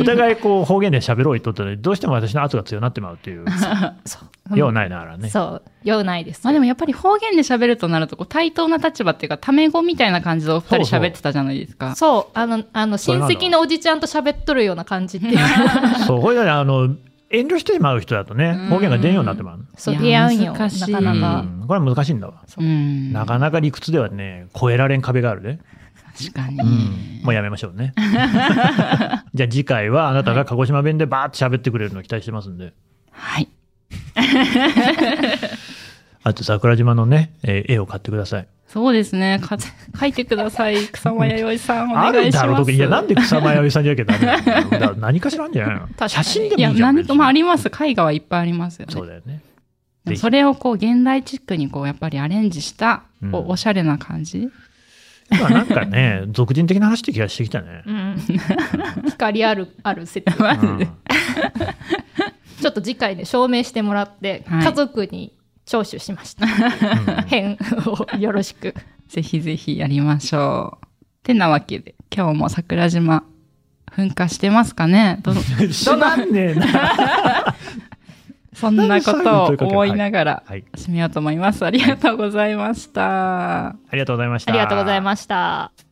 [SPEAKER 2] お互いこう方言で喋ろう言っとったのに、どうしても私の圧が強くなってまうっていう、
[SPEAKER 3] そう
[SPEAKER 2] ようないながらね。
[SPEAKER 3] そうようないです
[SPEAKER 1] まあでもやっぱり方言で喋るとなるとこう対等な立場っていうかタメ語みたいな感じでお二人喋ってたじゃないですか。
[SPEAKER 3] そうあのあの
[SPEAKER 2] それな
[SPEAKER 3] 親
[SPEAKER 2] んだ
[SPEAKER 3] 戚のおじちゃんと喋っとるような感じっていう
[SPEAKER 2] そう、これね、あの、遠慮してまう人だとね
[SPEAKER 1] うん、
[SPEAKER 2] 方言が出んようになってまうの。
[SPEAKER 3] そう
[SPEAKER 1] い
[SPEAKER 3] 出
[SPEAKER 1] や
[SPEAKER 3] 会うんよな
[SPEAKER 1] 難しい
[SPEAKER 3] かな
[SPEAKER 1] う
[SPEAKER 3] か
[SPEAKER 1] ん
[SPEAKER 2] これは難しいんだわ。
[SPEAKER 1] うん
[SPEAKER 2] なかなか理屈ではね、越えられん壁があるね。
[SPEAKER 1] 確かに。
[SPEAKER 2] もうやめましょうね。 じゃあ次回はあなたが鹿児島弁でバーって喋ってくれるのを期待してますんで。
[SPEAKER 1] はい。
[SPEAKER 2] あと桜島のね、えー絵を買ってください。
[SPEAKER 1] そうですね。か 書いてください。草間弥生さん、お
[SPEAKER 2] あ
[SPEAKER 1] 願
[SPEAKER 2] る
[SPEAKER 1] いします。
[SPEAKER 2] だろ、特に。いや、なんで草間彌生さんじゃなきゃダメなんだろうだ何かしらあん じゃない
[SPEAKER 3] か
[SPEAKER 2] の
[SPEAKER 3] に
[SPEAKER 2] 写真で
[SPEAKER 1] い
[SPEAKER 2] もい
[SPEAKER 1] や、
[SPEAKER 2] いじゃ
[SPEAKER 1] 何
[SPEAKER 2] ん。別
[SPEAKER 1] と
[SPEAKER 2] に
[SPEAKER 1] もあります。絵画はいっぱいありますよね。
[SPEAKER 2] そうだよね。
[SPEAKER 1] でも
[SPEAKER 2] ぜひ
[SPEAKER 1] それをこう現代チックにこうやっぱりアレンジした
[SPEAKER 2] うん
[SPEAKER 1] こうおしゃれな感じ、
[SPEAKER 2] 今なんか ね、俗人的な話って気がしてきたね。
[SPEAKER 3] うん、 光あるある説
[SPEAKER 1] マジ
[SPEAKER 2] う
[SPEAKER 1] で
[SPEAKER 2] ん
[SPEAKER 3] ちょっと次回で証明してもらって、
[SPEAKER 1] はい
[SPEAKER 3] 家族に聴取しました。 編をよろしく。
[SPEAKER 1] ぜひぜひやりましょうてなわけで今日も桜島噴火してますかねど
[SPEAKER 2] 知らん ねえな。
[SPEAKER 1] そんなことを思いながら
[SPEAKER 2] はい。
[SPEAKER 1] 締めようと思いますありがとうございました、
[SPEAKER 2] ありがとうございまし
[SPEAKER 3] あ
[SPEAKER 2] た。
[SPEAKER 3] りがとうございました。